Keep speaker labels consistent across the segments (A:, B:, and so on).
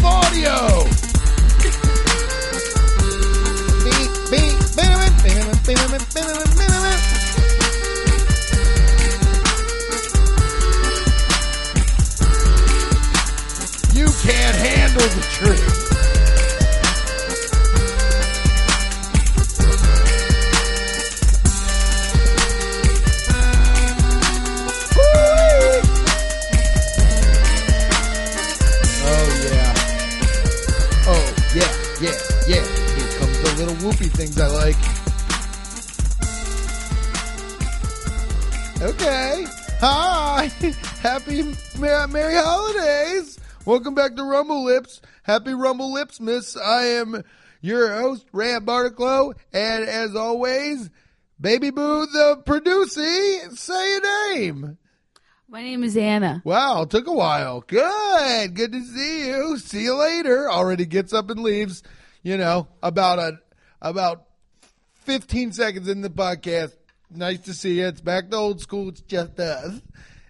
A: Radio. You can't handle the truth. Oh yeah. Oh yeah, yeah, yeah. Here comes the little whoopee things I like. Okay. Hi. Happy Mer- Merry Holidays. Welcome back to Rumble Lips. Happy Rumble Lips, Miss. I am your host, Rand Barticlow, and as always, Baby Boo the producer. Say your name.
B: My name is Anna.
A: Wow, took a while. Good. Good to see you. See you later. Already gets up and leaves, you know, about a about 15 seconds in the podcast. Nice to see you. It's back to old school. It's just us.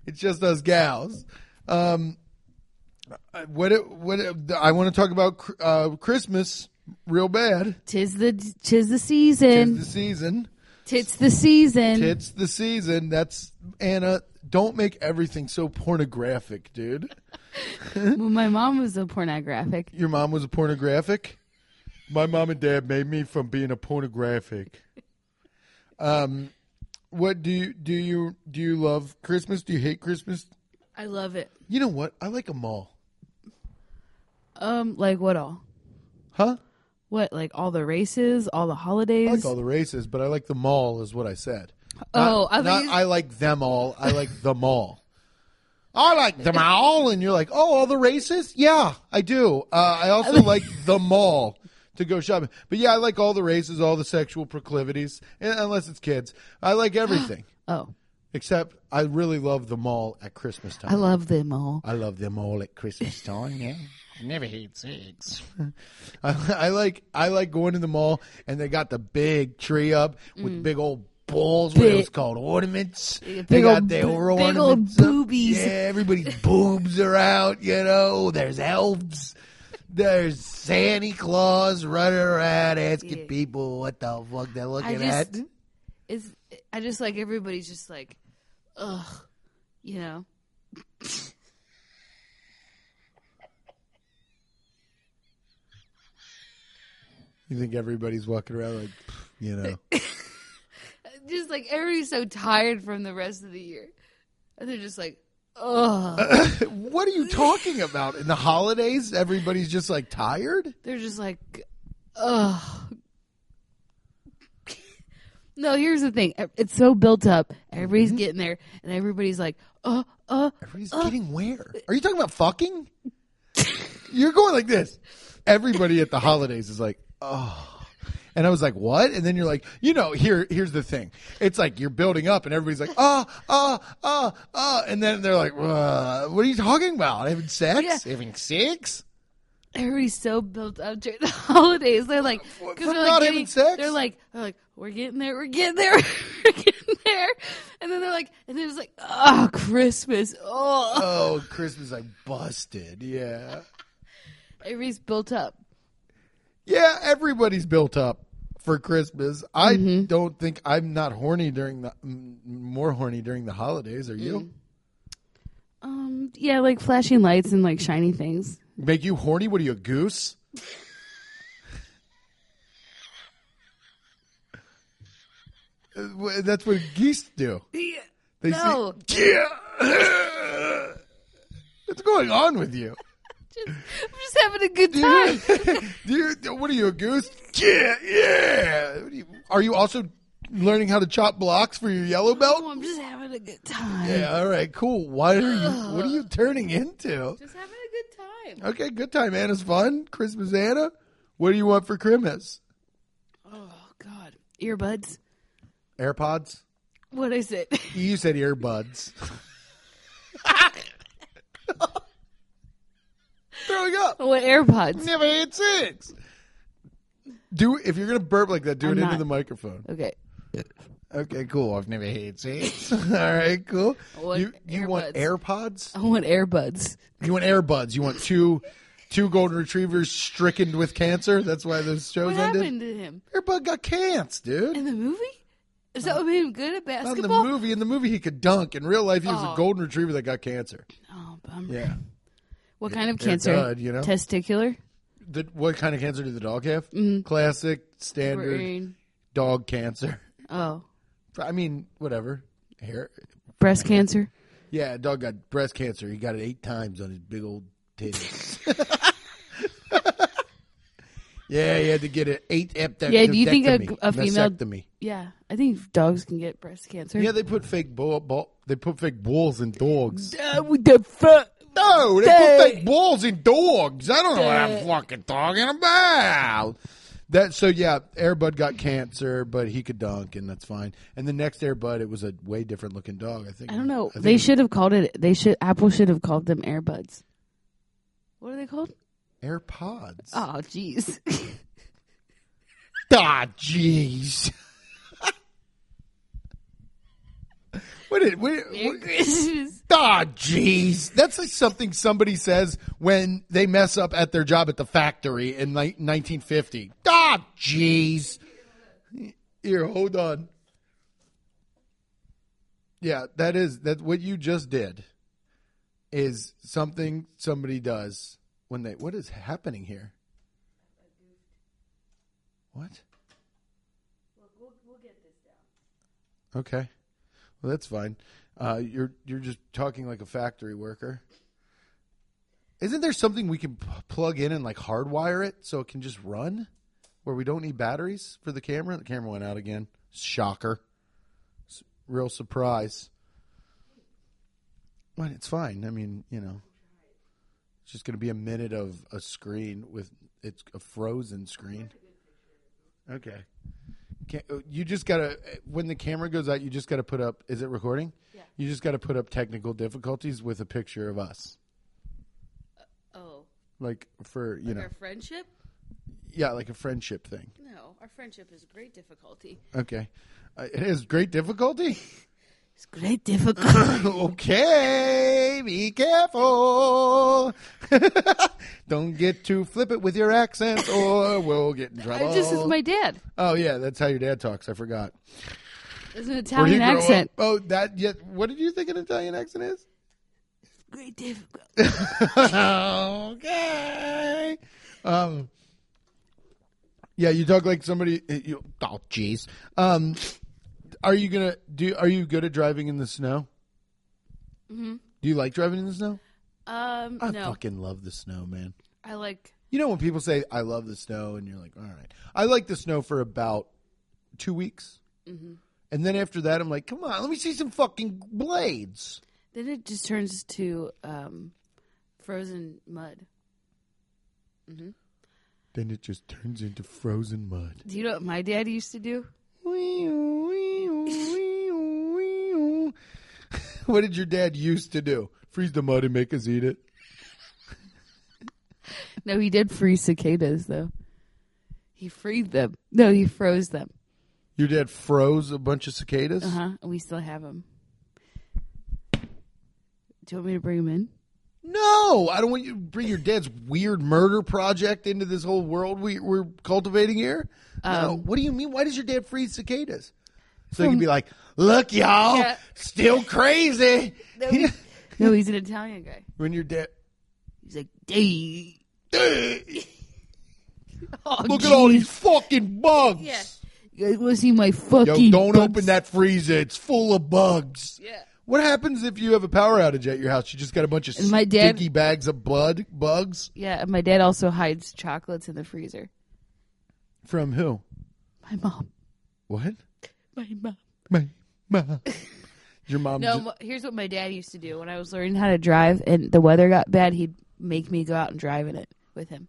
A: It's just us gals. Um I- what it, what it, I want to talk about cr- uh, Christmas real bad.
B: Tis the tis
A: It's
B: the
A: the
B: season.
A: season.
B: Tits the season.
A: It's the season. That's Anna. Don't make everything so pornographic, dude.
B: Well, my mom was a pornographic.
A: Your mom was a pornographic? My mom and dad made me from being a pornographic. Um what do you do you do you love Christmas? Do you hate Christmas?
B: I love it.
A: You know what? I like them all.
B: Um, like what all?
A: Huh?
B: What like all the races, all the
A: I like
B: holidays?
A: all the races, but I like them all is what I said.
B: Oh,
A: I,
B: I thought
A: not,
B: you-
A: I like them all. I like them all. I like them all, and you're like, oh, all the races? Yeah, I do. Uh, I also like them all to go shopping. But yeah, I like all the races, all the sexual proclivities, un- unless it's kids. I like everything
B: oh,
A: except I really love them all at Christmas time.
B: I love them all.
A: I love them all at Christmas time. Yeah, I never hate sex. I, like I like going to the mall and they got the big tree up with big old balls. What it
B: Mm. Big-
A: was called ornaments.
B: Big
A: they got
B: old
A: their
B: bo-
A: ornaments.
B: big old
A: up.
B: boobies.
A: Yeah, everybody's boobs are out. You know, there's elves. There's Santa Claus running around asking
B: Yeah.
A: people what the fuck they're
B: I
A: looking at.
B: just is I just like everybody's just like, ugh, you know.
A: You think everybody's walking around like, pff, you know.
B: Just like everybody's so tired from the rest of the year, and they're just like, ugh.
A: What are you talking about? In the holidays, everybody's just like tired.
B: They're just like, ugh. no, here's the thing. It's so built up. Everybody's
A: Mm-hmm.
B: getting there, and everybody's like, uh, uh.
A: Everybody's getting where? Are you talking about fucking? You're going like this. Everybody at the holidays is like, oh. And I was like, what? And then you're like, you know, here, here's the thing. It's like you're building up, and everybody's like, ah, ah, ah, ah, and then they're like, uh, what are you talking about? Having sex? Having sex?
B: Everybody's so built up during the holidays. They're like,
A: For-
B: 'cause
A: for
B: they're like
A: not having
B: getting-
A: sex?
B: They're like, they're like, we're getting there, we're getting there, we're getting there. And then they're like, and they're just like, oh, Christmas. Oh,
A: Oh, Christmas! I busted. Yeah.
B: everybody's built up.
A: Yeah, everybody's built up for Christmas. I don't think I'm not horny during the m- more horny during the holidays. Are you?
B: Um, yeah, like flashing lights and like shiny things.
A: Make you horny? What are you, a goose? Uh, wh- That's what geese do. They
B: No.
A: Say, yeah. What's going on with you?
B: I'm just having a good
A: Do you-
B: time.
A: do you, what are you, a goose? Yeah, yeah. What Are you, are you also learning how to chop blocks for your yellow belt?
B: Oh, I'm just having a good time.
A: Yeah, all right, cool. Why are you? What are you turning into?
B: Just having a good time.
A: Okay, good time. Anna's fun. Christmas Anna. What do you want for Christmas?
B: Oh God, earbuds.
A: AirPods.
B: What is it?
A: You said earbuds. Throwing up.
B: what AirPods?
A: Never had six. Do if you're gonna burp like that, do
B: I'm
A: it into
B: not.
A: the microphone.
B: Okay.
A: Okay, cool. I've never had six. all right, cool.
B: I want
A: you you want AirPods?
B: I want AirBuds.
A: You want AirBuds? You want two two golden retrievers stricken with cancer. That's why those shows
B: What
A: ended.
B: happened to him
A: Airbud got cancer, dude.
B: in the movie? Is that what made him good at
A: Uh, Not in the
B: basketball?
A: movie. In the movie, he could dunk. In real life, he was a
B: Oh.
A: golden retriever that got cancer.
B: Oh, bummer.
A: Yeah.
B: What kind of
A: They're
B: cancer?
A: good, you know?
B: Testicular.
A: The, what kind of cancer did the dog have?
B: Mm-hmm.
A: Classic, standard
B: Brain.
A: dog cancer.
B: Oh,
A: I mean, whatever. Hair.
B: breast cancer.
A: Yeah, a dog got breast cancer. He got it eight times on his big old titties. yeah, he had to get it eight epidectomy.
B: Yeah, do you think a- a female-
A: Mastectomy.
B: Yeah, I think dogs can get breast cancer.
A: Yeah, they put fake bull, bull- They put fake balls in dogs.
B: Uh, with the fuck.
A: No, they
B: They-
A: put fake balls in dogs. I don't know what I'm fucking talking about. That so yeah, Airbud got cancer, but he could dunk, and that's fine. And the next Airbud, it was a way different looking dog. I think.
B: I don't know.
A: think
B: they
A: it-
B: should have called it. They should. Apple should have called them Airbuds. What are they called?
A: AirPods.
B: Oh, jeez.
A: Ah, jeez. what did what,
B: Merry
A: what,
B: Christmas.
A: ah, jeez. That's like something somebody says when they mess up at their job at the factory in ni- 1950. Ah, jeez. Here, hold on. Yeah, that is that what you just did is something somebody does when they what is happening here? What? Okay. Well, that's fine. Uh, you're you're just talking like a factory worker. Isn't there something we can p- plug in and like hardwire it so it can just run, where we don't need batteries for the camera? The camera went out again. Shocker! S- real surprise. Well, it's fine. I mean, you know, it's just going to be a minute of a screen with it's a frozen screen. Okay. Can't, uh, you just gotta uh, when the camera goes out, you just gotta put up. Is it recording? Yeah. You just gotta put up technical difficulties with a picture of us,
B: Oh,
A: like for you know,
B: our friendship?
A: yeah, like a friendship thing.
B: No, our friendship is great difficulty.
A: Okay. Uh, it is great difficulty.
B: It's great difficulty.
A: okay, be careful. Don't get too flippant with your accent, or we'll get in trouble.
B: I just is my dad.
A: oh yeah, that's how your dad talks. I forgot.
B: It's
A: Where do
B: an
A: you
B: Italian
A: grow up?
B: accent.
A: Oh, that. Yeah, what did you think an Italian accent is?
B: Great difficulty.
A: okay. Um, yeah, you talk like somebody. You, oh, jeez. Um, are you gonna do? Are you good at driving in the snow? Do you like driving in the snow?
B: Um,
A: I
B: no,
A: fucking love the snow, man.
B: I like.
A: You know when people say "I love the snow," and you're like, "All right." I like the snow for about two weeks, and then after that, I'm like, "Come on, let me see some fucking blades."
B: Then it just turns to um, frozen mud.
A: Then it just turns into frozen mud.
B: Do you know what my dad used to do?
A: what did your dad used to do? Freeze the mud and make us eat it.
B: No, he did freeze cicadas though. He freed them. No, he froze them.
A: Your dad froze a bunch of cicadas.
B: Uh huh. And we still have them. Do you want me to bring them in?
A: No, I don't want you to bring your dad's weird murder project into this whole world we, we're cultivating here. no,
B: Um,
A: what do you mean? Why does your dad freeze cicadas? So he can be like, "Look, y'all,
B: Yeah.
A: still crazy."
B: No, he's an Italian guy.
A: when your dad,
B: He's like, "Dang." Oh,
A: look at all
B: geez.
A: these fucking bugs.
B: Yeah. You guys want to see my fucking?
A: Yo, don't
B: bugs?
A: open that freezer. It's full of bugs.
B: Yeah.
A: What happens if you have a power outage at your house? You just got a bunch of
B: And my dad-
A: sticky bags of blood bugs
B: Yeah, and my dad also hides chocolates in the freezer.
A: from who?
B: My mom.
A: What?
B: My mom.
A: My mom. Your mom.
B: No,
A: ju-
B: m- here's what my dad used to do when I was learning how to drive, and the weather got bad. He'd make me go out and drive in it with him.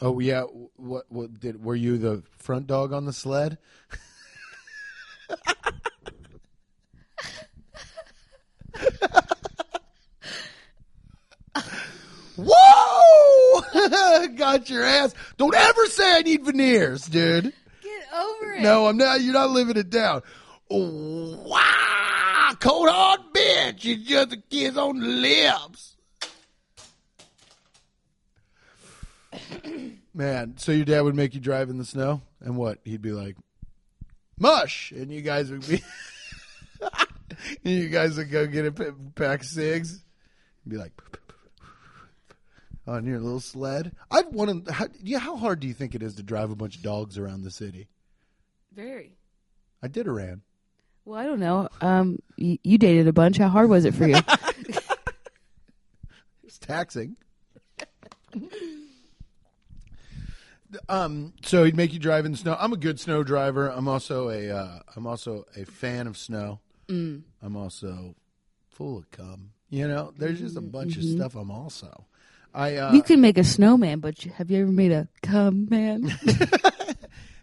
A: oh yeah. What? What did? Were you the front dog on the sled? Whoa! got your ass. Don't ever say I need veneers, dude.
B: Get over it.
A: No, I'm not. You're not living it down. Wow, cold hard bitch. It's just a kiss on the lips. Man, so your dad would make you drive in the snow, and what? He'd be like, "Mush," and you guys would be, and you guys would go get a p- pack of cigs, and be like, on your little sled. I'd want to. How, yeah, how hard do you think it is to drive a bunch of dogs around the city?
B: Very.
A: I did a ran.
B: Well, I don't know. Um, you, you dated a bunch. How hard was it for you?
A: It's taxing. um, so he'd make you drive in the snow. I'm a good snow driver. I'm also a uh, I'm also a fan of snow. I'm also full of cum. You know, there's just a bunch of stuff. I'm also. I uh,
B: you can make a snowman, but you, have you ever made a cum man?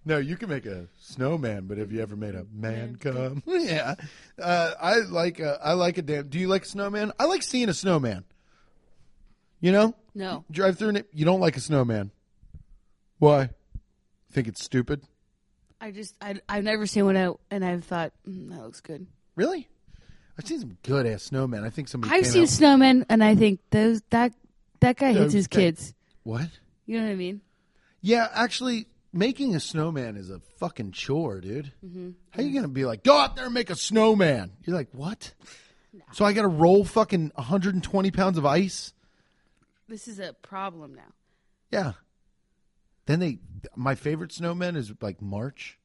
A: No, you can make a snowman, but have you ever made a man come? yeah, uh, I like a, I like a damn. Do you like a snowman? I like seeing a snowman. You know,
B: no.
A: drive through and it- you don't like a snowman. Why? Think it's stupid?
B: I just I I've never seen one out, and I've thought mm, that looks good.
A: Really? I've seen some good ass snowmen. I think somebody.
B: I've
A: came
B: seen
A: out-
B: snowmen, and I think those that that guy hits
A: Those
B: his
A: guy-
B: kids.
A: what?
B: You know what I mean?
A: Yeah, actually, making a snowman is a fucking chore, dude.
B: Mm-hmm.
A: How you gonna be like, go out there and make a snowman? You're like, what? So I gotta roll fucking 120 pounds of ice.
B: This is a problem now.
A: Yeah. Then they, my favorite snowmen is like March,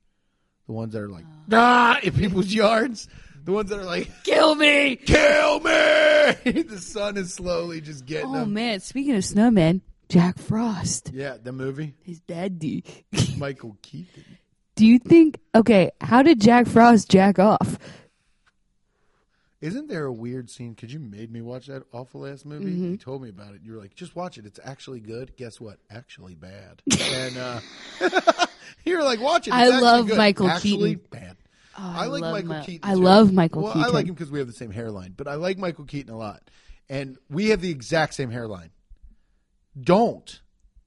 A: the ones that are like
B: Oh.
A: ah in people's yards, the ones that are like
B: Kill me!
A: kill me. the sun is slowly just getting
B: Oh
A: them.
B: man! Speaking of snowmen, Jack Frost,
A: Yeah, the movie
B: his daddy.
A: Michael Keaton.
B: Do you think? Okay, how did Jack Frost jack off?
A: Isn't there a weird scene? Because you made me watch that awful ass movie.
B: Mm-hmm.
A: You told me about it. You were like, just watch it. It's actually good. Guess what? Actually bad. and uh, you were like, watch it. It's
B: I
A: actually
B: love
A: good.
B: Michael
A: actually
B: Keaton. Oh,
A: Bad.
B: I
A: I like
B: love
A: Michael
B: Mi-
A: Keaton.
B: I
A: too.
B: love Michael
A: well, I
B: Keaton.
A: like him because we have the same hairline, but I like Michael Keaton a lot. And we have the exact same hairline. Don't.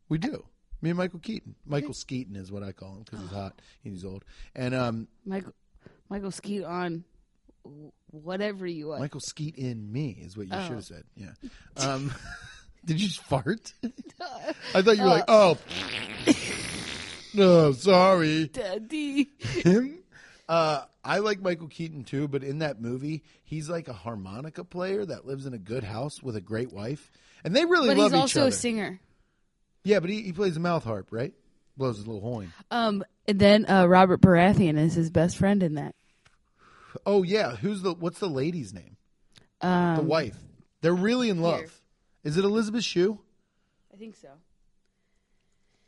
A: We do. Me and Michael Keaton. Michael Skeeton is what I call him because
B: Oh.
A: he's hot and he's old. And um,
B: Michael Michael Skeet on whatever you want.
A: Michael Skeet in me is what you
B: Oh.
A: should have said. Yeah. Um, did you just fart? I thought you were like, oh, no, sorry.
B: Daddy.
A: him. Uh, I like Michael Keaton too, but in that movie, he's like a harmonica player that lives in a good house with a great wife, and they really
B: But
A: love
B: he's
A: each
B: also
A: other.
B: a singer.
A: yeah, but he, he plays a mouth harp, right? Blows his little horn.
B: Um, and then uh, Robert Baratheon is his best friend in that.
A: Oh yeah, who's the what's the lady's name?
B: Um,
A: The wife. They're really in love. Is it Elizabeth Shue?
B: I think so.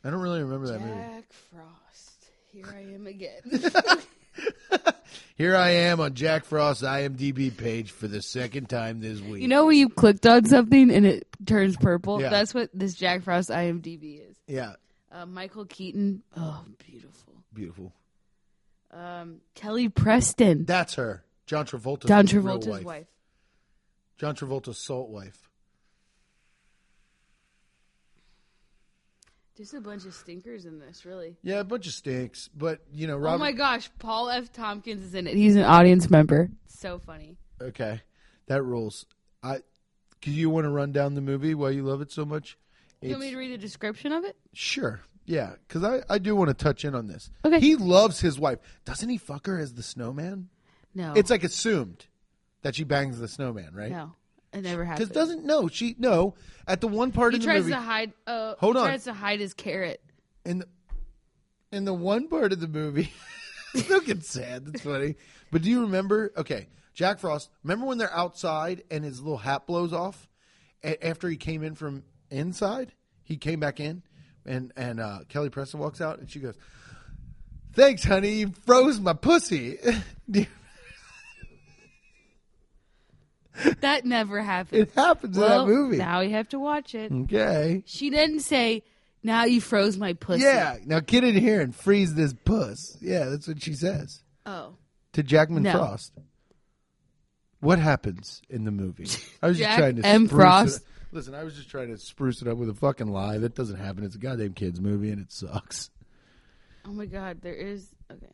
A: I don't really remember that movie.
B: Jack Frost. Here I am again.
A: Here I am on Jack Frost's IMDb page for the second time this week.
B: you know when you clicked on something and it turns purple?
A: Yeah.
B: That's what this Jack Frost IMDb is.
A: yeah,
B: Uh, Michael Keaton. Oh, beautiful.
A: beautiful.
B: Um, Kelly Preston.
A: That's her. John Travolta's
B: John
A: real
B: Travolta's wife.
A: John Travolta's salt wife.
B: Just a bunch of stinkers in this, really.
A: Yeah, a bunch of stinks, but you know, Robert.
B: oh my gosh, Paul F. Tompkins is in it. He's an audience member. So funny.
A: okay, that rules. I. Do you want to run down the movie? Why you love it so much?
B: You want me to read the description of it?
A: Sure. Yeah, because I, I do want to touch in on this.
B: Okay.
A: He loves his wife. Doesn't he fuck her as the snowman?
B: No.
A: It's like assumed that she bangs the snowman, right?
B: no. It never
A: Because
B: happened.
A: doesn't no she no at the one part
B: he
A: in the
B: tries
A: movie
B: to hide. Uh,
A: Hold
B: he
A: on.
B: Tries to hide his carrot.
A: in the, in the one part of the movie look it's sad that's funny but do you remember okay jack frost remember when they're outside and his little hat blows off A- after he came in from inside he came back in and and uh, kelly preston walks out and she goes thanks honey you froze my pussy Do you-
B: That never happened.
A: it happens
B: well,
A: in that movie
B: Now you have to watch it.
A: okay
B: She didn't say. Now you froze my pussy.
A: yeah now get in here and freeze this puss yeah that's what she says
B: Oh.
A: to Jackman
B: No.
A: Frost. What happens in the movie? I was
B: Jack
A: just trying to
B: M.
A: spruce
B: Frost.
A: It. Listen, I was just trying to spruce it up with a fucking lie. That doesn't happen. It's a goddamn kids movie, and it sucks.
B: Oh my God. There is. Okay.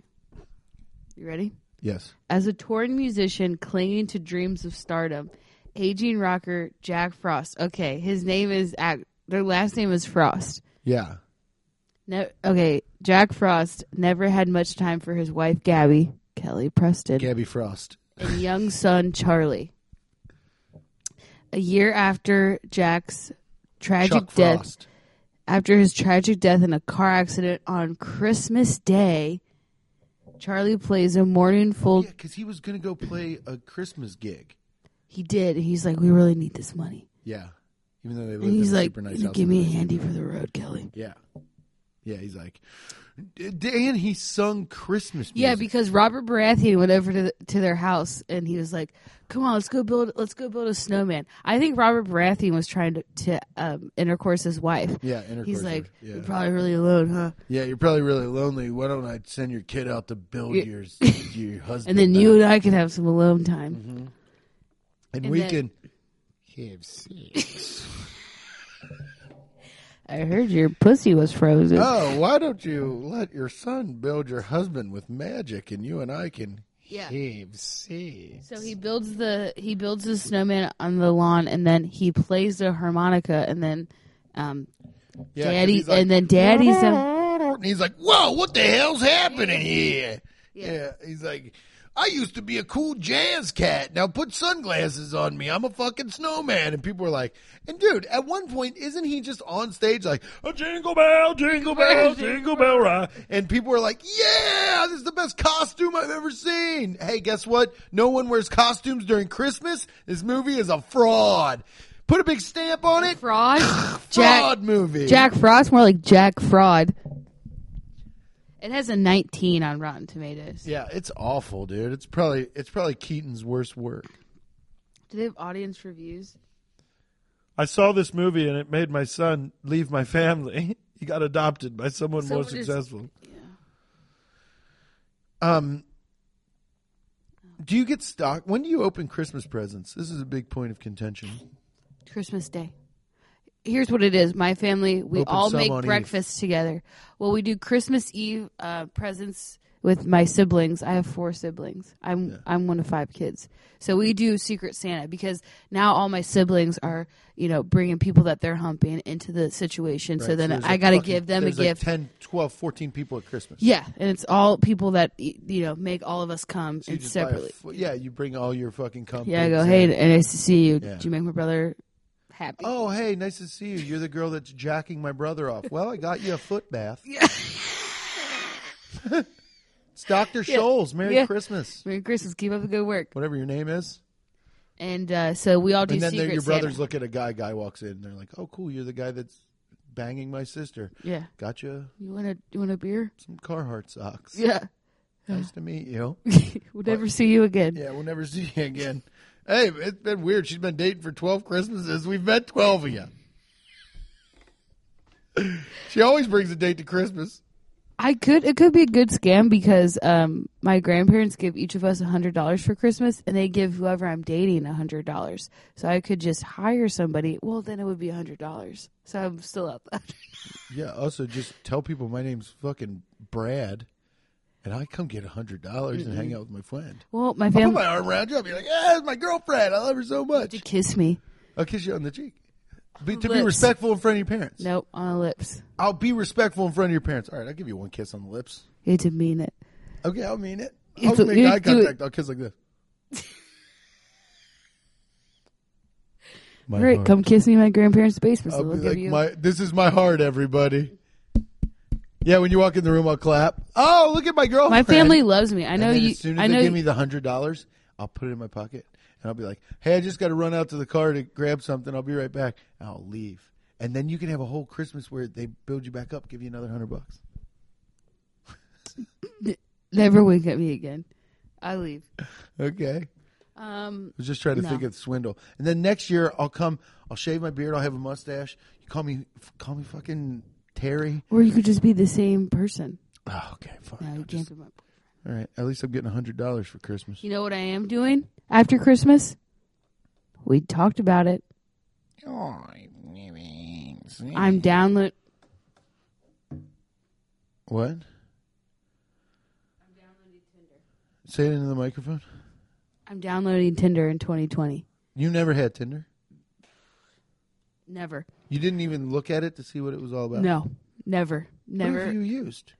B: You ready?
A: Yes.
B: As a touring musician clinging to dreams of stardom, aging rocker Jack Frost. Okay, his name is ac- their last name is Frost.
A: Yeah.
B: No, okay. Jack Frost never had much time for his wife Gabby, Kelly Preston,
A: Gabby Frost.
B: and young son Charlie. A year after Jack's tragic
A: Chuck
B: death,
A: Frost.
B: after his tragic death in a car accident on Christmas Day, Charlie plays a mournful.
A: Yeah, because he was going to go play a Christmas gig.
B: He did. He's like, we really need this money,
A: Yeah. Even though they lived
B: and he's
A: in a
B: like,
A: super nice house.
B: give
A: in
B: me a
A: Venice.
B: handy for the road, Kelly.
A: Yeah. Yeah, he's like. And he sung Christmas music.
B: Yeah, because Robert Baratheon went over to the, to their house and he was like, "Come on, let's go build let's go build a snowman." I think Robert Baratheon was trying to, to um, intercourse his wife.
A: Yeah, intercourse.
B: He's like,
A: yeah.
B: "You're probably really alone, huh?"
A: yeah, you're probably really lonely. Why don't I send your kid out to build
B: Yeah.
A: your your husband?
B: And then
A: back?"
B: you and I can have some alone time.
A: Mm-hmm. and,
B: and
A: we
B: then-
A: can have sex.
B: I heard your pussy was frozen.
A: oh, why don't you let your son build your husband with magic, and you and I can
B: Yeah.
A: have sex?
B: So he builds the he builds the snowman on the lawn, and then he plays the harmonica, and then um,
A: Yeah, 'cause
B: daddy,
A: he's like,
B: and then daddy's um,
A: and he's like, "Whoa, what the hell's happening here?" Yeah. he's like, "I used to be a cool jazz cat. Now put sunglasses on me. I'm a fucking snowman." And people were like, "And dude, at one point, isn't he just on stage like a jingle bell, jingle bell, jingle bell ride?" And people were like, "Yeah, this is the best costume I've ever seen." Hey, guess what? No one wears costumes during Christmas. This movie is a fraud. Put a big stamp on it.
B: fraud.
A: fraud movie.
B: Jack Frost, more like Jack Fraud. It has a 19 on Rotten Tomatoes.
A: Yeah, it's awful, dude. It's probably it's probably Keaton's worst work.
B: Do they have audience reviews?
A: I saw this movie and it made my son leave my family. He got adopted by someone more
B: Someone is-
A: successful.
B: Yeah.
A: Um Do you get stock? When do you open Christmas presents? This is a big point of contention.
B: Christmas Day. Here's what it is. My family, we
A: Open
B: all
A: some
B: make
A: on Eve.
B: breakfast together. Well, we do Christmas Eve uh, presents with my siblings. I have four siblings. I'm I'm one of five kids. So we do Secret Santa because now all my siblings are, you know, bringing people that they're humping into the situation. so
A: Right,
B: then
A: there's
B: I
A: like
B: got to
A: fucking-
B: give them a
A: there's like
B: gift.
A: 10, 12, 14 people at Christmas.
B: Yeah, and it's all people that y- you know make all of us come
A: You
B: and
A: just buy a
B: separately.
A: fu- yeah, you bring all your fucking company.
B: Yeah, I go, hey, and nice to see you.
A: Yeah.
B: Did you make my brother happy?
A: Oh, hey, nice to see you. You're the girl that's jacking my brother off. Well, I got you a foot bath.
B: Yeah.
A: It's Dr. Scholes. Merry
B: Yeah.
A: Christmas.
B: Merry Christmas. Keep up the good work.
A: Whatever your name is.
B: And uh, so we all do
A: And then
B: secret
A: they're- your
B: Santa.
A: brothers look at a guy. Guy walks in. And they're like, "Oh, cool! You're the guy that's banging my sister.
B: Yeah.
A: Got you
B: You want a you want a beer?
A: some Carhartt socks.
B: Yeah.
A: Nice to meet you.
B: we'll never see you again.
A: Yeah, we'll never see you again. Hey, it's been weird. She's been dating for twelve Christmases. We've met twelve of you. she always brings a date to Christmas.
B: I could it could be a good scam because um my grandparents give each of us a hundred dollars for Christmas and they give whoever I'm dating a hundred dollars. So I could just hire somebody. Well then it would be a hundred dollars. So I'm still up.
A: Yeah. Also, just tell people my name's fucking Brad, and I come get a hundred dollars and
B: Mm-hmm.
A: hang out with my friend.
B: well my
A: Put
B: family
A: my arm around you. I'll be like, "Yeah, it's my girlfriend. I love her so much."
B: to kiss me.
A: I'll kiss you on the cheek. Be, to be
B: Lips.
A: respectful in front of your parents.
B: Nope, on the lips.
A: I'll be respectful in front of your parents. All right, I'll give you one kiss on the lips.
B: You didn't mean it.
A: Okay, I'll mean it.
B: You
A: I'll
B: do-
A: make
B: you
A: eye
B: do it.
A: contact. I'll kiss like this. my
B: All right,
A: heart.
B: come kiss me in my grandparents' basement.
A: Oh, I'll
B: So
A: be
B: they'll give
A: like,
B: you.
A: my, this is my heart, everybody. Yeah, when you walk in the room, I'll clap. Oh, look at my girlfriend.
B: my family loves me. I
A: And
B: know
A: then
B: you.
A: as soon as
B: I
A: they
B: know.
A: give
B: you-
A: me the hundred dollars, I'll put it in my pocket and I'll be like, "Hey, I just got to run out to the car to grab something. I'll be right back." And I'll leave, and then you can have a whole Christmas where they build you back up, give you another hundred bucks.
B: Never wink at me again. I leave.
A: Okay, I
B: Um,
A: was just trying to
B: No.
A: think of swindle. And then next year, I'll come. I'll shave my beard. I'll have a mustache. You call me, f- call me fucking Terry.
B: or you could just be the same person.
A: Oh, okay, fine.
B: No, you
A: I'll
B: can't
A: just-
B: be my.
A: all right, at least I'm getting hundred dollars for Christmas.
B: You know what I am doing after Christmas? We talked about it. I'm download.
A: What? Say it into the microphone.
B: I'm downloading Tinder in 2020.
A: You never had Tinder.
B: Never.
A: You didn't even look at it to see what it was all about.
B: No. Never.
A: What have
B: Never.
A: you used?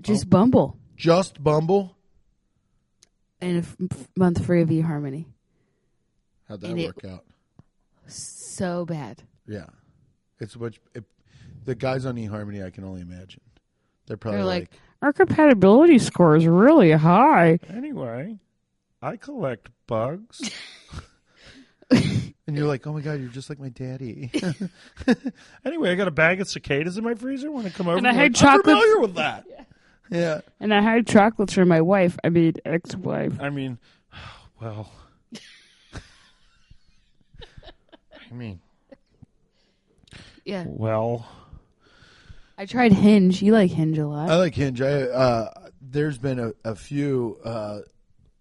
B: Just Bumble
A: Just Bumble.
B: and a f- f- month free of eHarmony.
A: How'd that
B: And it-
A: work out?
B: So bad.
A: Yeah, it's much. It, the guys on eHarmony, I can only imagine. They're probably
B: They're
A: like,
B: like, our compatibility score is really high.
A: anyway, I collect bugs. and you're like, oh my god, you're just like my daddy. anyway, I got a bag of cicadas in my freezer. Want to come over?
B: And I
A: You're like,
B: had chocolates-
A: I'm familiar with that. yeah.
B: And I had chocolates for my wife. I mean, ex-wife.
A: I mean, well, I mean,
B: Yeah.
A: well.
B: I tried Hinge. You like Hinge a lot.
A: I like Hinge. I, uh, there's been a, a few uh,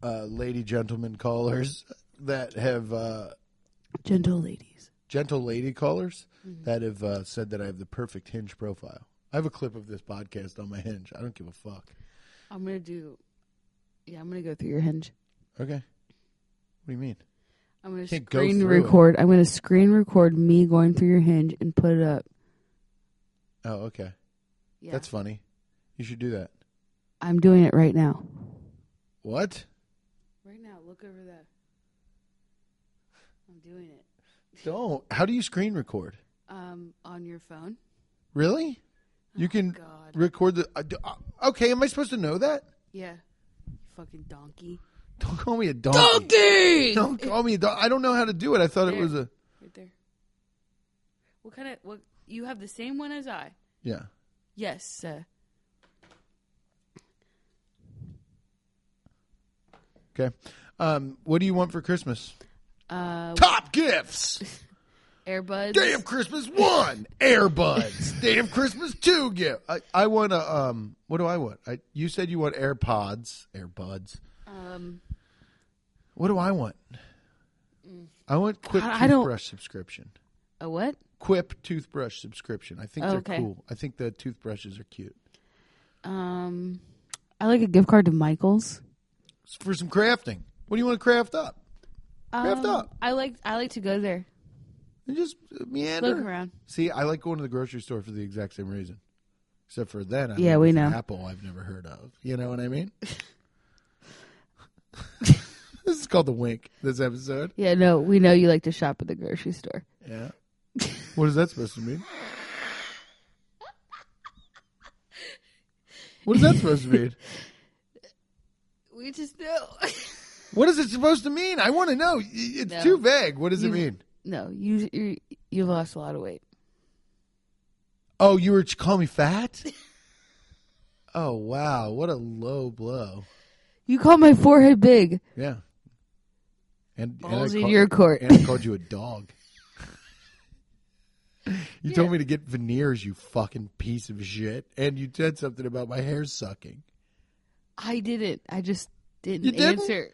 A: uh, lady gentleman callers that have uh,
B: Gentle ladies.
A: gentle lady callers
B: Mm-hmm.
A: that have uh, said that I have the perfect Hinge profile. I have a clip of this podcast on my Hinge. I don't give a fuck.
B: I'm going to do, yeah, I'm going to go through your Hinge.
A: Okay. What do you mean?
B: I'm going to
A: Can't go
B: screen
A: through it.
B: record. I'm going to screen record me going through your Hinge and put it up.
A: Oh, okay.
B: Yeah.
A: That's funny. You should do that.
B: I'm doing it right now.
A: What?
B: Right now, look over that. I'm doing it.
A: Don't. How do you screen record?
B: Um, on your phone.
A: Really? You can
B: Oh, God.
A: record the. I do- uh, Okay, am I supposed to know that?
B: Yeah. You fucking donkey.
A: Don't call me a donkey.
B: Donkey!
A: Don't call me a donkey. I don't know how to do it. I thought it
B: There.
A: was a.
B: Right there. What kind of what you have the same one as I?
A: Yeah.
B: Yes. Uh,
A: Okay. Um, what do you want for Christmas?
B: uh
A: Top gifts.
B: Airbuds.
A: Day of Christmas one, Airbuds. Day of Christmas two, gift. I, I want to. Um, what do I want? I, you said you want AirPods, AirBuds.
B: Um
A: What do I want? I want Quip
B: God, I don't-
A: toothbrush subscription.
B: a what?
A: Quip toothbrush subscription. I think they're
B: Okay.
A: cool. I think the toothbrushes are cute.
B: Um I like a gift card to Michaels.
A: For some crafting. What do you want to craft up? Craft
B: Um,
A: up.
B: I like I like to go there.
A: And just meander.
B: Look around.
A: See, I like going to the grocery store for the exact same reason. Except for then, I
B: Yeah,
A: went
B: we
A: with
B: know.
A: Apple, I've never heard of. You know what I mean? this is called the wink. This episode.
B: Yeah, no, we know you like to shop at the grocery store.
A: Yeah. What is that supposed to mean? What is that supposed to mean?
B: We just know.
A: What is it supposed to mean? I want to know. It's
B: No.
A: too vague. What does it
B: You-
A: mean?
B: no, you you you've lost a lot of weight.
A: Oh, you were to call me fat? Oh wow, what a low blow.
B: You call my forehead big.
A: Yeah. And, and I
B: Balls in
A: call-
B: your court.
A: And I called you a dog. you told me to get veneers, you fucking piece of shit. And you said something about my hair sucking.
B: I didn't. I just didn't
A: You didn't?
B: answer.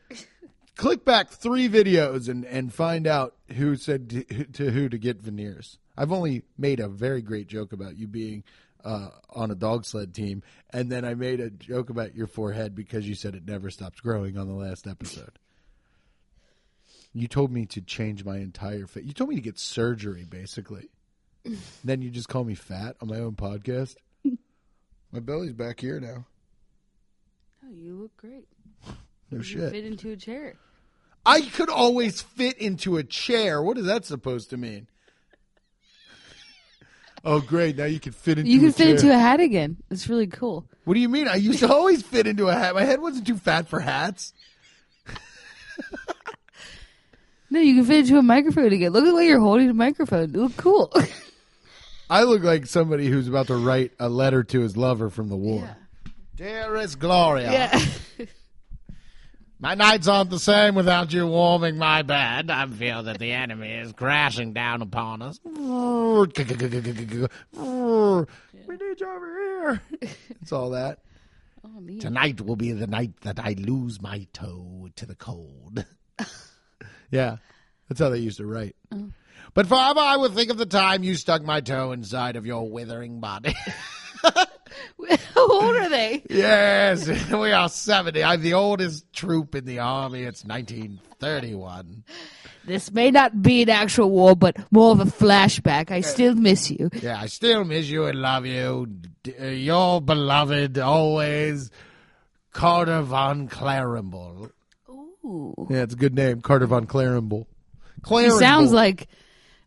A: Click back three videos and, and find out who said to, to who to get veneers. I've only made a very great joke about you being uh, on a dog sled team, and then I made a joke about your forehead because you said it never stops growing on the last episode. You told me to change my entire face. You told me to get surgery, basically. then you just call me fat on my own podcast. my belly's back here now.
B: Oh, you look great.
A: No
B: You
A: shit.
B: fit into a chair.
A: I could always fit into a chair. What is that supposed to mean? Oh, great! Now you can fit into.
B: You
A: a
B: can fit
A: chair.
B: into a hat again. It's really cool.
A: What do you mean? I used to always fit into a hat. My head wasn't too fat for hats.
B: No, you can fit into a microphone again. Look at the way you're holding the microphone. You look cool.
A: I look like somebody who's about to write a letter to his lover from the war.
B: Yeah.
A: Dearest Gloria,
B: yeah.
A: my nights aren't the same without you warming my bed.
C: I feel that the enemy is crashing down upon us.
A: We need you over here. It's all that.
B: Oh, man.
C: Tonight will be the night that I lose my toe to the cold.
A: Yeah. That's how they used to write. But forever I would think of the time you stuck my toe inside of your withering body.
B: How old are they?
A: Yes, we are 70. I'm the oldest troop in the army. It's 1931.
B: This may not be an actual war, but more of a flashback. I still miss you.
A: Yeah, I still miss you and love you. D- uh, your beloved, always, Carter von Clarimble.
B: Ooh.
A: Yeah, it's a good name, Carter von Clarimble. Clarimble.
B: He sounds like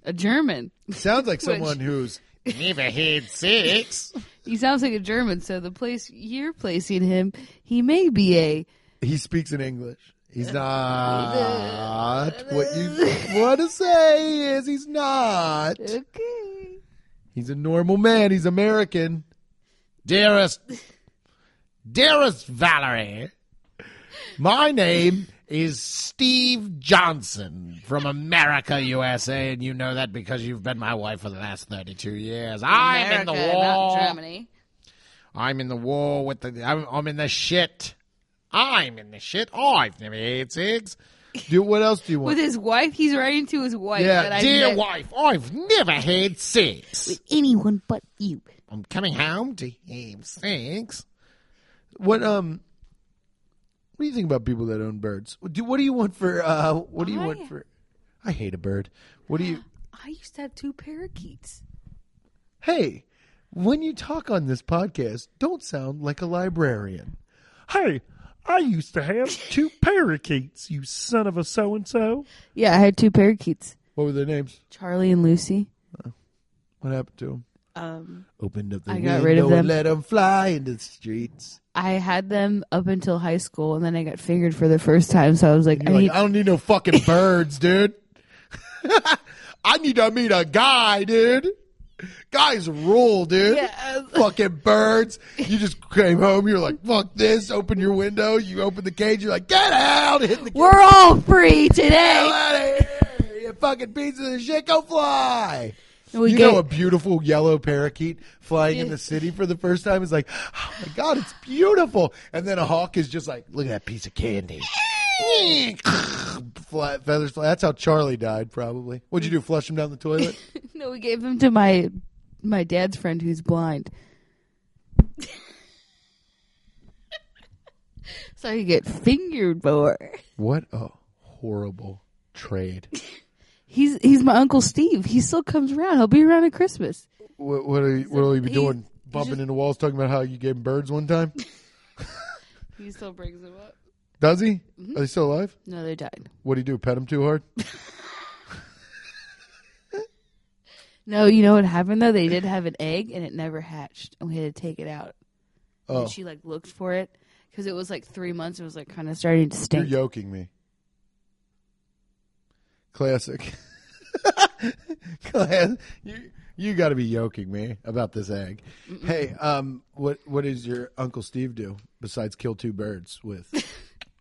B: a German.
A: sounds like
B: Which-
A: someone who's
C: Never heard six.
B: He sounds like a German, so the place you're placing him, he may be a.
A: he speaks in English. He's not what you want to say is he's not.
B: Okay.
A: He's a normal man. He's American. Dearest, dearest Valerie, my name is Steve Johnson from America, USA, and you know that because you've been my wife for the last 32 years. I'm in the
B: America,
A: war.
B: not Germany.
A: I'm in the war with the. I'm, I'm in the shit. I'm in the shit. I've never had sex. Do what else do you
B: With
A: want?
B: his wife, he's writing to his wife. that
A: Yeah,
B: I
A: dear
B: met.
A: wife, I've never had sex.
B: anyone but you.
A: I'm coming home to have sex. What um? What do you think about people that own birds? Do what do you want for uh? What do you
B: I-
A: want for? I hate a bird. What do you?
B: I used to have two parakeets.
A: Hey, when you talk on this podcast, don't sound like a librarian.
D: Hey, I used to have two parakeets, you son of a so and so.
B: Yeah, I had two parakeets,
A: What were their names?
B: Charlie and Lucy.
A: What happened to them?
B: Um,
A: Opened up the
B: I
A: window
B: got rid of
A: and
B: them.
A: let them fly into the streets.
B: I had them up until high school, and then I got fingered for the first time. So I was like, I
A: You're like, "Oh."
B: need,
A: I don't need no fucking birds, dude. I need to meet a guy, dude. Guys rule, dude.
B: Yeah.
A: Fucking birds. You just came home. You're like, fuck this. Open your window. You open the cage. You're like, get out. Hit the cage.
B: we're all free
A: Get
B: today.
A: out of here. You fucking piece of shit. Go fly.
B: And we
A: you
B: get-
A: know, a beautiful yellow parakeet flying in the city for the first time is like, oh my God, it's beautiful. And then a hawk is just like, look at that piece of candy. Fly, feathers fly. That's how Charlie died, probably. What'd you do? Flush him down the toilet?
B: no, we gave them to my my dad's friend who's blind. so I could get fingered more.
A: what a horrible trade.
B: He's he's my uncle Steve. He still comes around. He'll be around at Christmas.
A: What, what, are you, what will you be
B: He-
A: doing?
B: he
A: Bumping
B: just-
A: into walls, talking about how you gave him birds one time?
B: He still brings them up.
A: Does he?
B: Mm-hmm.
A: Are they still alive?
B: No, they died.
A: What'd he do? Pet him too hard?
B: No, you know what happened though? They did have an egg and it never hatched, and we had to take it out.
A: Oh,
B: And she like looked for it because it was like three months. It was like kind of starting to
A: you're
B: stink.
A: yoking me. Classic. Class. You, you got to be yoking me about this egg. Hey, um, what what does your Uncle Steve do besides kill two birds with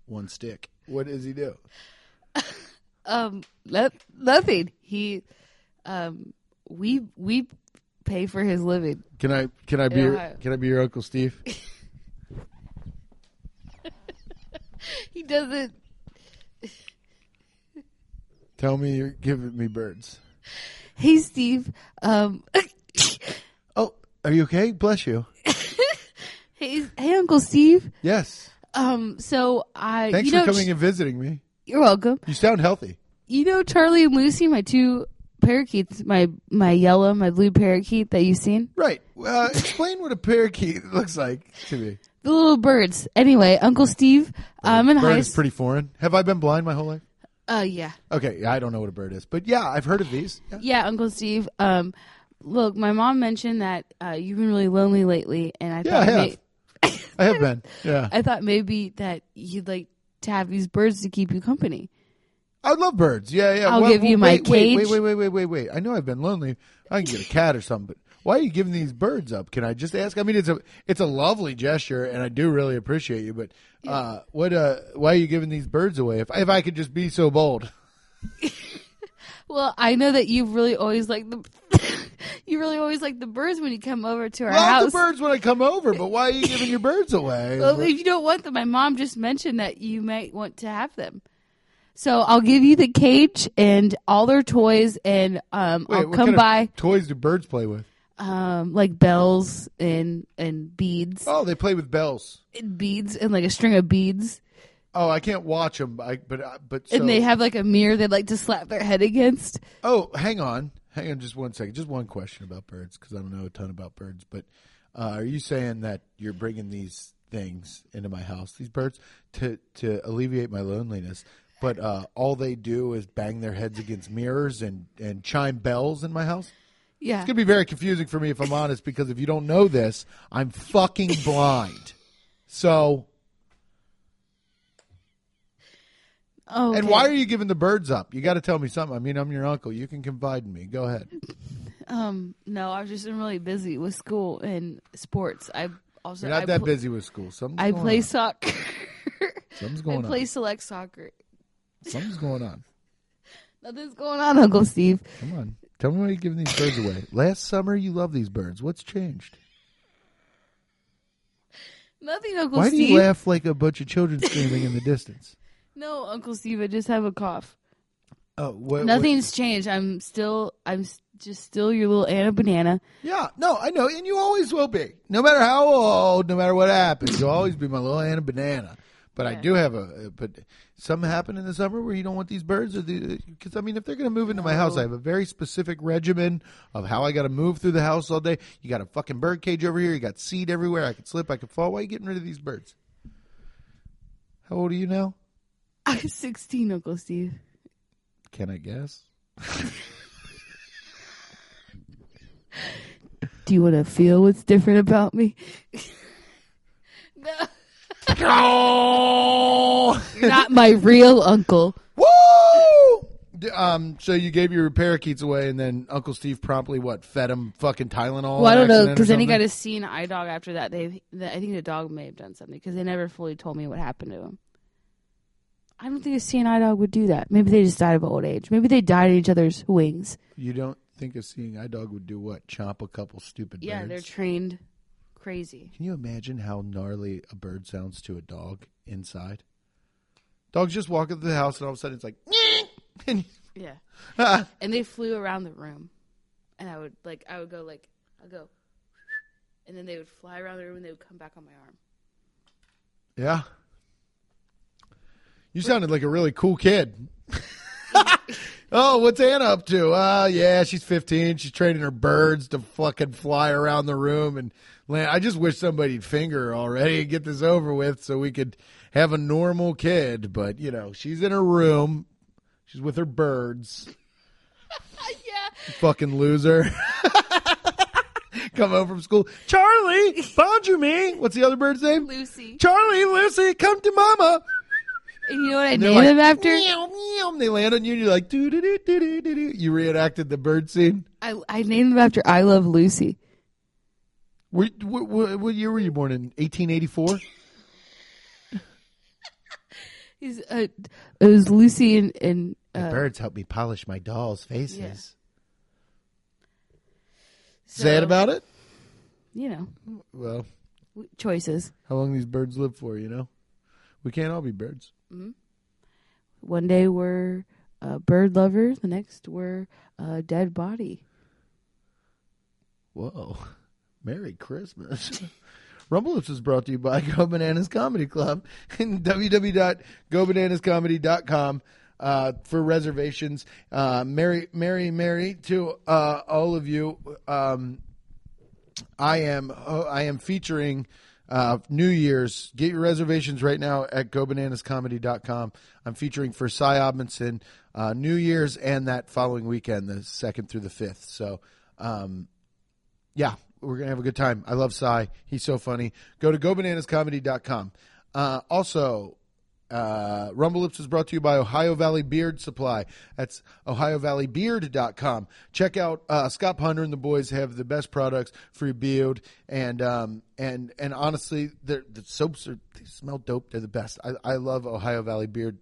A: one stick? What does he do?
B: um, no- nothing. He, um, we we pay for his living.
A: Can I can I be your,
B: Ohio.
A: can I be your Uncle Steve?
B: He doesn't.
A: Tell me you're giving me birds.
B: Hey, Steve. Um,
A: Oh, are you okay? Bless you.
B: hey, hey, Uncle Steve.
A: Yes.
B: Um, so I.
A: Thanks
B: you know,
A: for coming and visiting me.
B: You're welcome.
A: You sound healthy.
B: You know Charlie and Lucy, my two parakeets, my my yellow, my blue parakeet that you've seen.
A: Right. Uh, explain what a parakeet looks like to me.
B: The little birds. Anyway, Uncle Steve, um, in
A: Bird
B: high
A: is pretty foreign. Have I been blind my whole life?
B: Uh, yeah,
A: Okay, yeah, I don't know what a bird is, but yeah, I've heard of these. Yeah.
B: yeah, Uncle Steve. Um, look, my mom mentioned that uh, you've been really lonely lately, and I
A: Yeah,
B: thought
A: I have.
B: may-
A: I have been. Yeah,
B: I thought maybe that you'd like to have these birds to keep you company.
A: I love birds. Yeah, yeah.
B: I'll give you my
A: wait, wait, Wait,
B: cage.
A: wait, wait, wait, wait, wait. I know I've been lonely. I can get a cat or something. But why are you giving these birds up? Can I just ask? I mean, it's a it's a lovely gesture, and I do really appreciate you. But uh, what? Uh, why are you giving these birds away? If if I could just be so bold.
B: Well, I know that you've really always liked the you really always like the birds when you come over to our
A: Love the
B: house.
A: birds when I come over, but why are you giving your birds away?
B: Well, if you don't want them, my mom just mentioned that you might want to have them. So I'll give you the cage and all their toys, and um,
A: Wait,
B: I'll
A: what
B: come
A: kind of
B: by.
A: toys do birds play with?
B: um, like bells and and beads,
A: Oh, they play with bells.
B: and beads and like a string of beads,
A: Oh, I can't watch them. I, but uh, but so,
B: and they have like a mirror they like to slap their head against.
A: Oh, hang on, hang on, just one second. Just one question about birds because I don't know a ton about birds. But uh, are you saying that you're bringing these things into my house, these birds, to to alleviate my loneliness? But uh, all they do is bang their heads against mirrors and and chime bells in my house.
B: Yeah,
A: It's gonna be very confusing for me if I'm honest, because if you don't know this, I'm fucking blind. So,
B: oh,
A: and
B: okay.
A: why are you giving the birds up? You got to tell me something. I mean, I'm your uncle. You can confide in me. Go ahead.
B: Um, no, I've just been really busy with school and sports. I also
A: You're not
B: I,
A: that
B: pl-
A: busy with school. Something's
B: I
A: going
B: play
A: on.
B: soccer.
A: Something's
B: I
A: going
B: play
A: on.
B: select soccer.
A: Something's going on.
B: Nothing's going on, Uncle Steve.
A: Come on. Tell me why you're giving these birds away. Last summer, you loved these birds. What's changed?
B: Nothing, Uncle
A: Why do
B: Steve.
A: you laugh like a bunch of children screaming in the distance?
B: No, Uncle Steve. I just have a cough.
A: Oh, what,
B: Nothing's changed. I'm still. I'm s- just still your little Anna Banana.
A: Yeah, no, I know, and you always will be. No matter how old, no matter what happens, you'll always be my little Anna Banana. But I do have a. uh, But something happened in the summer where you don't want these birds, or because I mean, if they're going to move into my house, I have a very specific regimen of how I got to move through the house all day. You got a fucking bird cage over here. You got seed everywhere. I could slip. I could fall. Why are you getting rid of these birds? How old are you now?
B: I'm 16, Uncle Steve.
A: Can I guess?
B: Do you want to feel what's different about me? no. You're not my real uncle.
A: Woo! D- Um, so you gave your parakeets away, and then Uncle Steve promptly what fed him fucking Tylenol?
B: Well, I don't know
A: because
B: because then he got to see an eye dog after that. They, the, I think the dog may have done something because they never fully told me what happened to him. I don't think a CNI dog would do that. Maybe they just died of old age. Maybe they died in each other's wings.
A: You don't think a seeing eye dog would do what? Chomp a couple stupid
B: Yeah,
A: birds?
B: they're trained crazy.
A: Can you imagine how gnarly a bird sounds to a dog inside? Dogs just walk into the house, and all of a sudden it's like, and
B: Yeah. and they flew around the room, and I would like I would go like I would go, and then they would fly around the room and they would come back on my arm.
A: yeah. You sounded like a really cool kid. oh, what's Anna up to? Uh, yeah, she's 15. She's training her birds to fucking fly around the room and land. I just wish somebody'd finger her already and get this over with so we could have a normal kid. But, you know, she's in her room. She's with her birds.
B: yeah.
A: Fucking loser. Come home from school. Charlie, bonjour me. What's the other bird's name?
B: Lucy.
A: Charlie, Lucy, come to mama.
B: And you know what I
A: They're
B: named
A: like,
B: him after?
A: Meow, meow, and they land on you, and you're like, doo doo doo doo doo doo. doo. You reenacted the bird scene.
B: I I named him after I Love Lucy.
A: Were, what, what, what year were you born in?
B: Uh,
A: 1884.
B: He's uh, it was Lucy and and
C: The
B: uh,
C: birds help me polish my doll's faces.
B: so,
A: Sad about it.
B: you know
A: Well,
B: w- choices.
A: how long these birds live for, you know? We can't all be birds.
B: One day we're uh, bird lovers, the next we're a dead body.
A: Whoa. Merry Christmas. Rumble Lips is brought to you by Go Bananas Comedy Club and www.gobananascomedy.com uh, for reservations. Uh, Merry, Merry, Merry to uh, all of you. Um, I am oh, I am featuring uh, New Year's. Get your reservations right now at gobananascomedy.com. I'm featuring for Cy Obinson uh, New Year's and that following weekend, the 2nd through the 5th. So, um, yeah, we're going to have a good time. I love Cy. He's so funny. Go to gobananascomedy.com. Uh, also, uh, Rumble Lips is brought to you by Ohio Valley Beard Supply. That's ohiovalleybeard.com. Check out uh, Scott Hunter and the boys have the best products for your beard. And um, and and honestly, they're, the soaps are they smell dope. They're the best. I, I love Ohio Valley Beard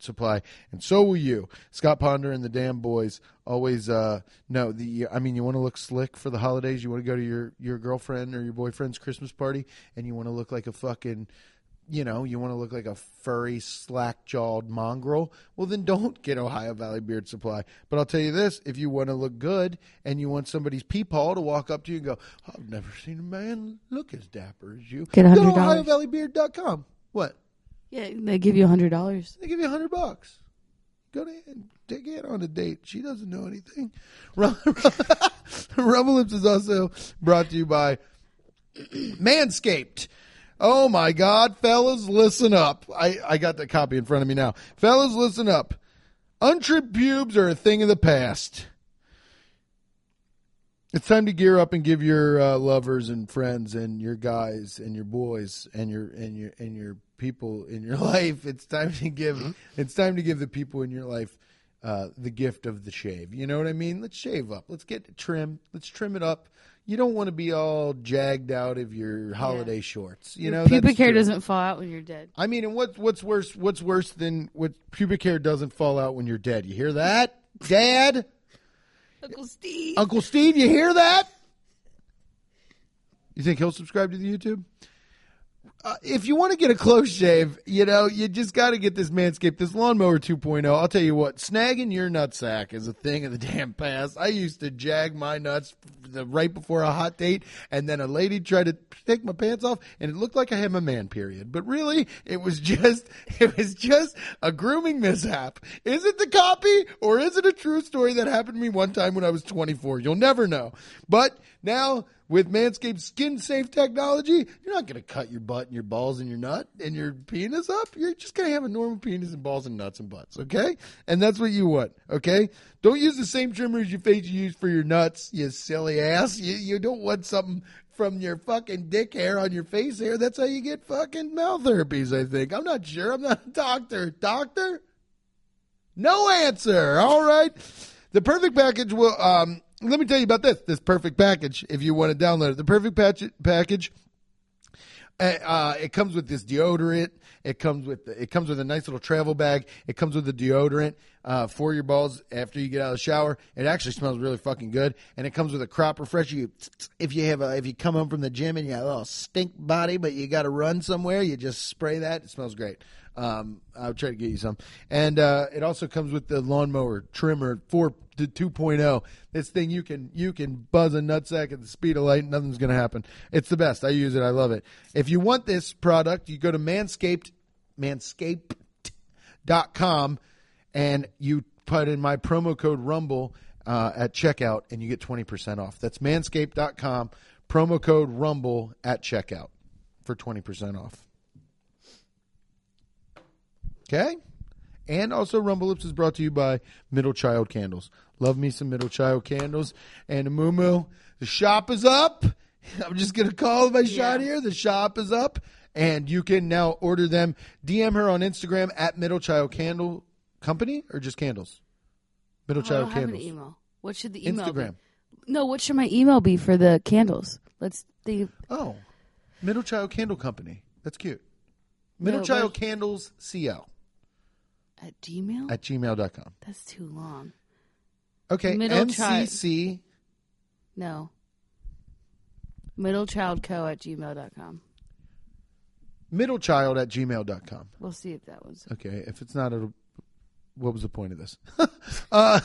A: supply and so will you scott ponder and the damn boys always uh no the i mean you want to look slick for the holidays you want to go to your your girlfriend or your boyfriend's christmas party and you want to look like a fucking you know, you want to look like a furry, slack jawed mongrel, well, then don't get Ohio Valley Beard Supply. But I'll tell you this if you want to look good and you want somebody's peephole to walk up to you and go, I've never seen a man look as dapper as you,
B: Get
A: go to
B: $100.
A: OhioValleyBeard.com. What?
B: Yeah, they give you a hundred dollars.
A: They give you a hundred bucks. Go to Ann. Take Ann on a date. She doesn't know anything. Rum- Rumble Lips is also brought to you by Manscaped. Oh my God, fellas, listen up. I, I got the copy in front of me now. Fellas, listen up. Untrimmed pubes are a thing of the past. It's time to gear up and give your uh, lovers and friends and your guys and your boys and your and your and your people in your life. It's time to
B: Mm-hmm.
A: give. It's time to give the people in your life uh, the gift of the shave. You know what I mean? Let's shave up. Let's get trim. Let's trim it up. You don't want to be all jagged out of your holiday shorts. You know,
B: Pubic
A: that's
B: hair
A: true.
B: doesn't fall out when you're dead.
A: I mean, and what what's worse? What's worse than what pubic hair doesn't fall out when you're dead? You hear that, Dad?
B: Uncle Steve.
A: Uncle Steve, you hear that? You think he'll subscribe to the YouTube? Uh, if you want to get a close shave, you know, you just got to get this Manscaped, this lawnmower 2.0. I'll tell you what, snagging your nutsack is a thing of the damn past. I used to jag my nuts the, right before a hot date, and then a lady tried to take my pants off, and it looked like I had my man period. But really, it was just, it was just a grooming mishap. Is it the copy, or is it a true story that happened to me one time when I was 24? You'll never know. But now, with Manscaped skin safe technology, you're not going to cut your butt and your balls and your nut and your penis up. You're just going to have a normal penis and balls and nuts and butts, okay? And that's what you want, okay? Don't use the same trimmer as your face you use for your nuts, you silly ass. You, you don't want something from your fucking dick hair on your face hair. That's how you get fucking mouth herpes, I think. I'm not sure. I'm not a doctor. Doctor? No answer. All right. The perfect package will. Um, let me tell you about this. This perfect package. If you want to download it, the perfect patch- package. Uh, uh, it comes with this deodorant. It comes with it comes with a nice little travel bag. It comes with a deodorant uh, for your balls after you get out of the shower. It actually smells really fucking good, and it comes with a crop refresher. You, if you have a, if you come home from the gym and you have a little stink body, but you got to run somewhere, you just spray that. It smells great. Um, I'll try to get you some. And uh, it also comes with the lawnmower trimmer for the 2.0. This thing you can you can buzz a nutsack at the speed of light. Nothing's gonna happen. It's the best. I use it. I love it. If you want this product, you go to Manscaped Manscaped.com and you put in my promo code Rumble uh, at checkout and you get 20% off. That's Manscaped.com promo code Rumble at checkout for 20% off. Okay. And also, Rumble Lips is brought to you by Middle Child Candles. Love me some Middle Child Candles. And Amumu, the shop is up. I'm just going to call my shot here. The shop is up. And you can now order them. DM her on Instagram at Middle Child Candle Company or just Candles? Middle
B: Oh, I e-, don't
A: Child
B: have an
A: Candles.
B: email. What should the email
A: Instagram.
B: be? No, what should my email be for the candles? Let's think.
A: Oh, Middle Child Candle Company. That's cute. Middle
B: No,
A: Child
B: what-
A: Candles CO
B: At Gmail?
A: at gmail.com.
B: That's too long.
A: Okay.
B: Middle Child-
A: MCC.
B: No. Middlechildco at gmail.com.
A: middlechild at gmail.com.
B: We'll see if that one's.
A: Okay, if it's not, it'll, what was the point of this? uh,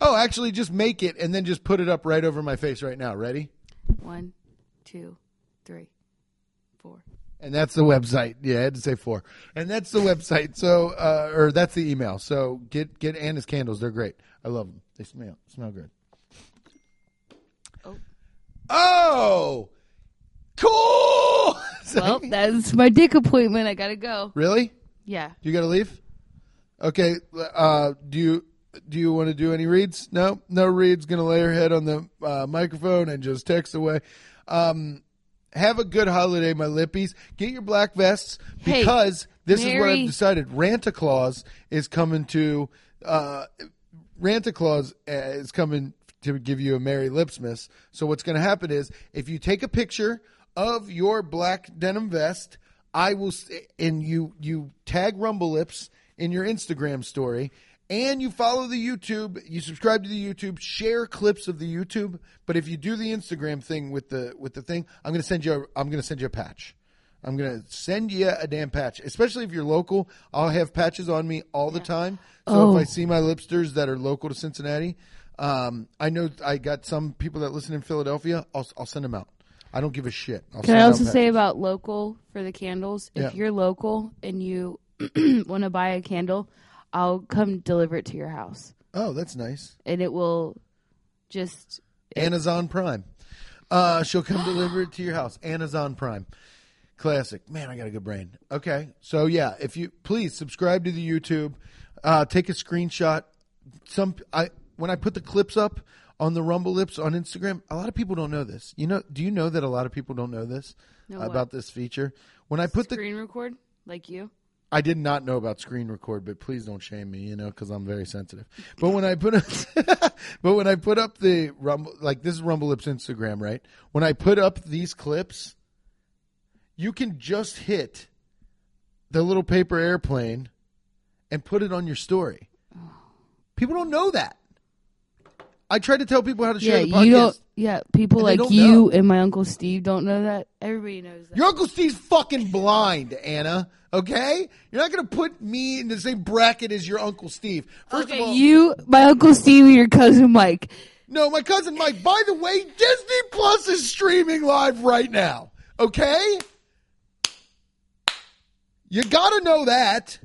A: oh, actually, just make it and then just put it up right over my face right now. Ready?
B: One, two, three, four.
A: And that's the website. Yeah, I had to say four. And that's the website. So, uh, or that's the email. So get get Anna's candles. They're great. I love them. They smell smell good.
B: Oh.
A: Oh, cool.
B: Well, that's my dick appointment. I gotta go.
A: really?
B: Yeah.
A: You gotta leave. Okay. Uh, do you do you want to do any reads? No, no reads. Gonna lay her head on the uh, microphone and just text away. Um, have a good holiday, my lippies. Get your black vests
B: Hey,
A: because this is what
B: Merry-
A: I've decided. Rantaclaws is coming to. Uh, Rantaclaws uh, is coming to give you a Merry Lipsmas. So what's going to happen is if you take a picture of your black denim vest, I will s- and you you tag Rumble Lips in your Instagram story and you follow the YouTube, you subscribe to the YouTube, share clips of the YouTube, but if you do the Instagram thing with the with the thing, I'm going to send you a, I'm going to send you a patch. I'm gonna send you a damn patch, especially if you're local. I'll have patches on me all the time. So
B: Oh.
A: if I see my lipsters that are local to Cincinnati, um, I know I got some people that listen in Philadelphia. I'll, I'll send them out. I don't give a shit. I'll
B: Can
A: send
B: I
A: out
B: also say
A: patches.
B: about local for the candles? If
A: Yeah.
B: you're local and you want to buy a candle, I'll come deliver it to your house,
A: Oh, that's nice.
B: and it will just
A: Amazon Prime. Uh, she'll come deliver it to your house. Amazon Prime. Classic. Man, I got a good brain. Okay. So, yeah, if you please subscribe to the YouTube, uh, take a screenshot. Some I when I put the clips up on the Rumble Lips on Instagram, a lot of people don't know this. You know, do you know that a lot of people don't know this
B: Know what?
A: about this feature? When I put the
B: screen record like you.
A: I did not know about screen record, but please don't shame me, you know, because I'm very sensitive. But when I put up, but when I put up the rumble, like this is Rumble Lips Instagram, right? When I put up these clips, you can just hit the little paper airplane and put it on your story.
B: Oh.
A: People don't know that. I try to tell people how to share the podcast.
B: you don't. Yeah, people
A: And they
B: like
A: don't
B: you
A: know.
B: and my uncle Steve don't know that. Everybody knows that.
A: Your Uncle Steve's fucking blind, Anna. Okay, you're not gonna put me in the same bracket as your Uncle Steve. First
B: okay,
A: of all,
B: you, my uncle Steve, and your cousin Mike.
A: No, my cousin Mike. By the way, Disney Plus is streaming live right now. Okay? You gotta know that.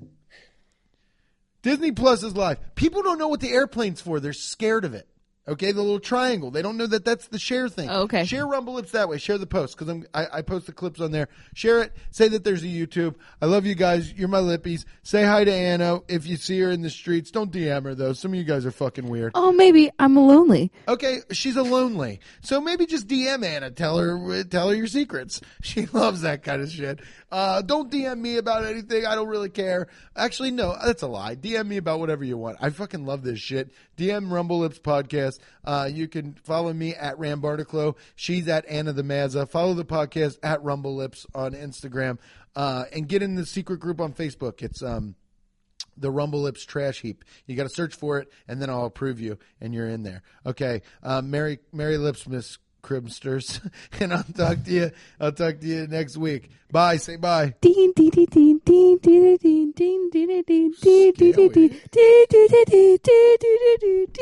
A: Disney Plus is live. People don't know what the airplane's for. They're scared of it. Okay, the little triangle. They don't know that that's the share thing.
B: Oh, okay.
A: Share Rumble Lips that way. Share the post because I'm I, I post the clips on there. Share it. Say that there's a YouTube. I love you guys. You're my lippies. Say hi to Anna if you see her in the streets. Don't DM her though. Some of you guys are fucking weird.
B: Oh, maybe I'm lonely.
A: Okay, she's a lonely. So maybe just DM Anna. Tell her, tell her your secrets. She loves that kind of shit. Uh, don't DM me about anything. I don't really care. Actually, no, that's a lie. DM me about whatever you want. I fucking love this shit. DM Rumble Lips Podcast. Uh, you can follow me at Ram Barticlow. She's at Anna the Mazza. Follow the podcast at Rumble Lips on Instagram. Uh, and get in the secret group on Facebook. It's, um, the Rumble Lips trash heap. You got to search for it, and then I'll approve you, and you're in there. Okay, uh, Mary Mary Lips, Miss Cribsters, and I'll talk to you. I'll talk to you next week. Bye. Say bye.
B: Ding ding ding ding ding ding ding ding ding ding ding ding ding ding ding ding ding ding ding ding ding